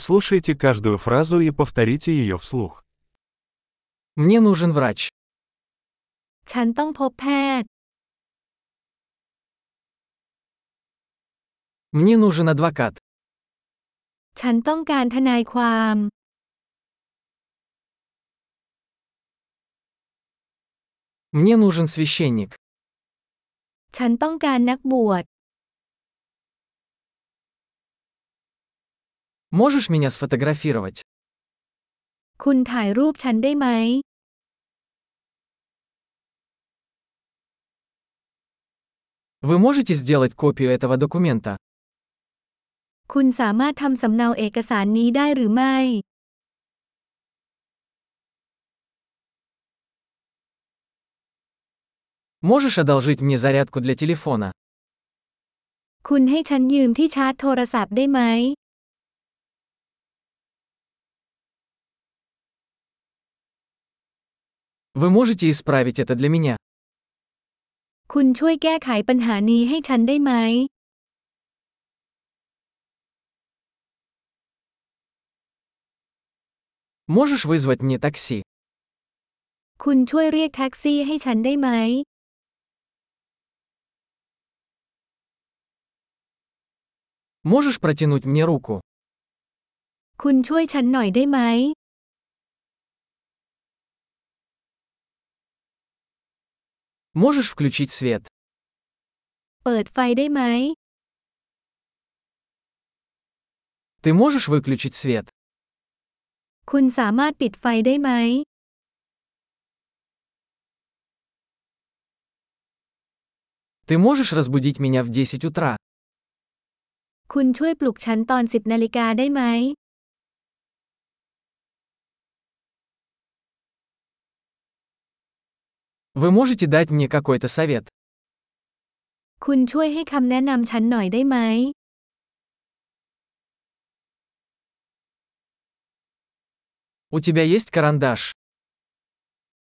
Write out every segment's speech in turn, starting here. Прослушайте каждую фразу и повторите ее вслух. Мне нужен врач. ฉันต้องพบแพทย์ Мне нужен адвокат. ฉันต้องการทนายความ Мне нужен священник. ฉันต้องการนักบวช Можешь меня сфотографировать? คุณถ่ายรูปฉันได้ไหม Вы можете сделать копию этого документа? คุณสามารถทำสำเนาเอกสารนี้ได้หรือไม่ Можешь одолжить мне зарядку для телефона? คุณให้ฉันยืมที่ชาร์จโทรศัพท์ได้ไหม Вы можете исправить это для меня? คุณช่วยแก้ไขปัญหานี้ให้ฉันได้ไหม Можешь вызвать мне такси? คุณช่วยเรียกแท็กซี่ให้ฉันได้ไหม Можешь протянуть мне руку? คุณช่วยฉันหน่อยได้ไหม Можешь включить свет? เปิดไฟได้ไหม Ты можешь выключить свет? คุณสามารถปิดไฟได้ไหม Ты можешь разбудить меня в 10 утра? คุณช่วยปลุกฉันตอน 10นาฬิกาได้ไหม Вы можете дать мне какой-то совет? คุณช่วยให้คำแนะนำฉันหน่อยได้ไหม У тебя есть карандаш?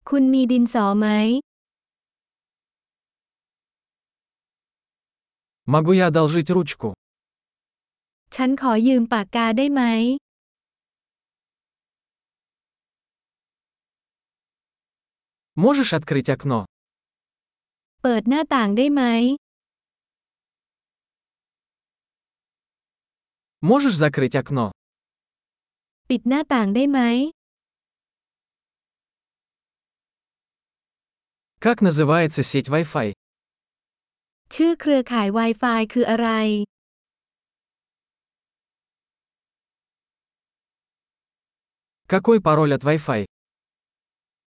คุณมีดินสอไหม Могу я одолжить ручку? ฉันขอยืมปากกาได้ไหม Можешь открыть окно? เปิดหน้าต่างได้ไหม Можешь закрыть окно? ปิดหน้าต่างได้ไหม Как называется сеть Wi-Fi? ชื่อเครือข่าย Wi-Fi คืออะไร Какой пароль от Wi-Fi?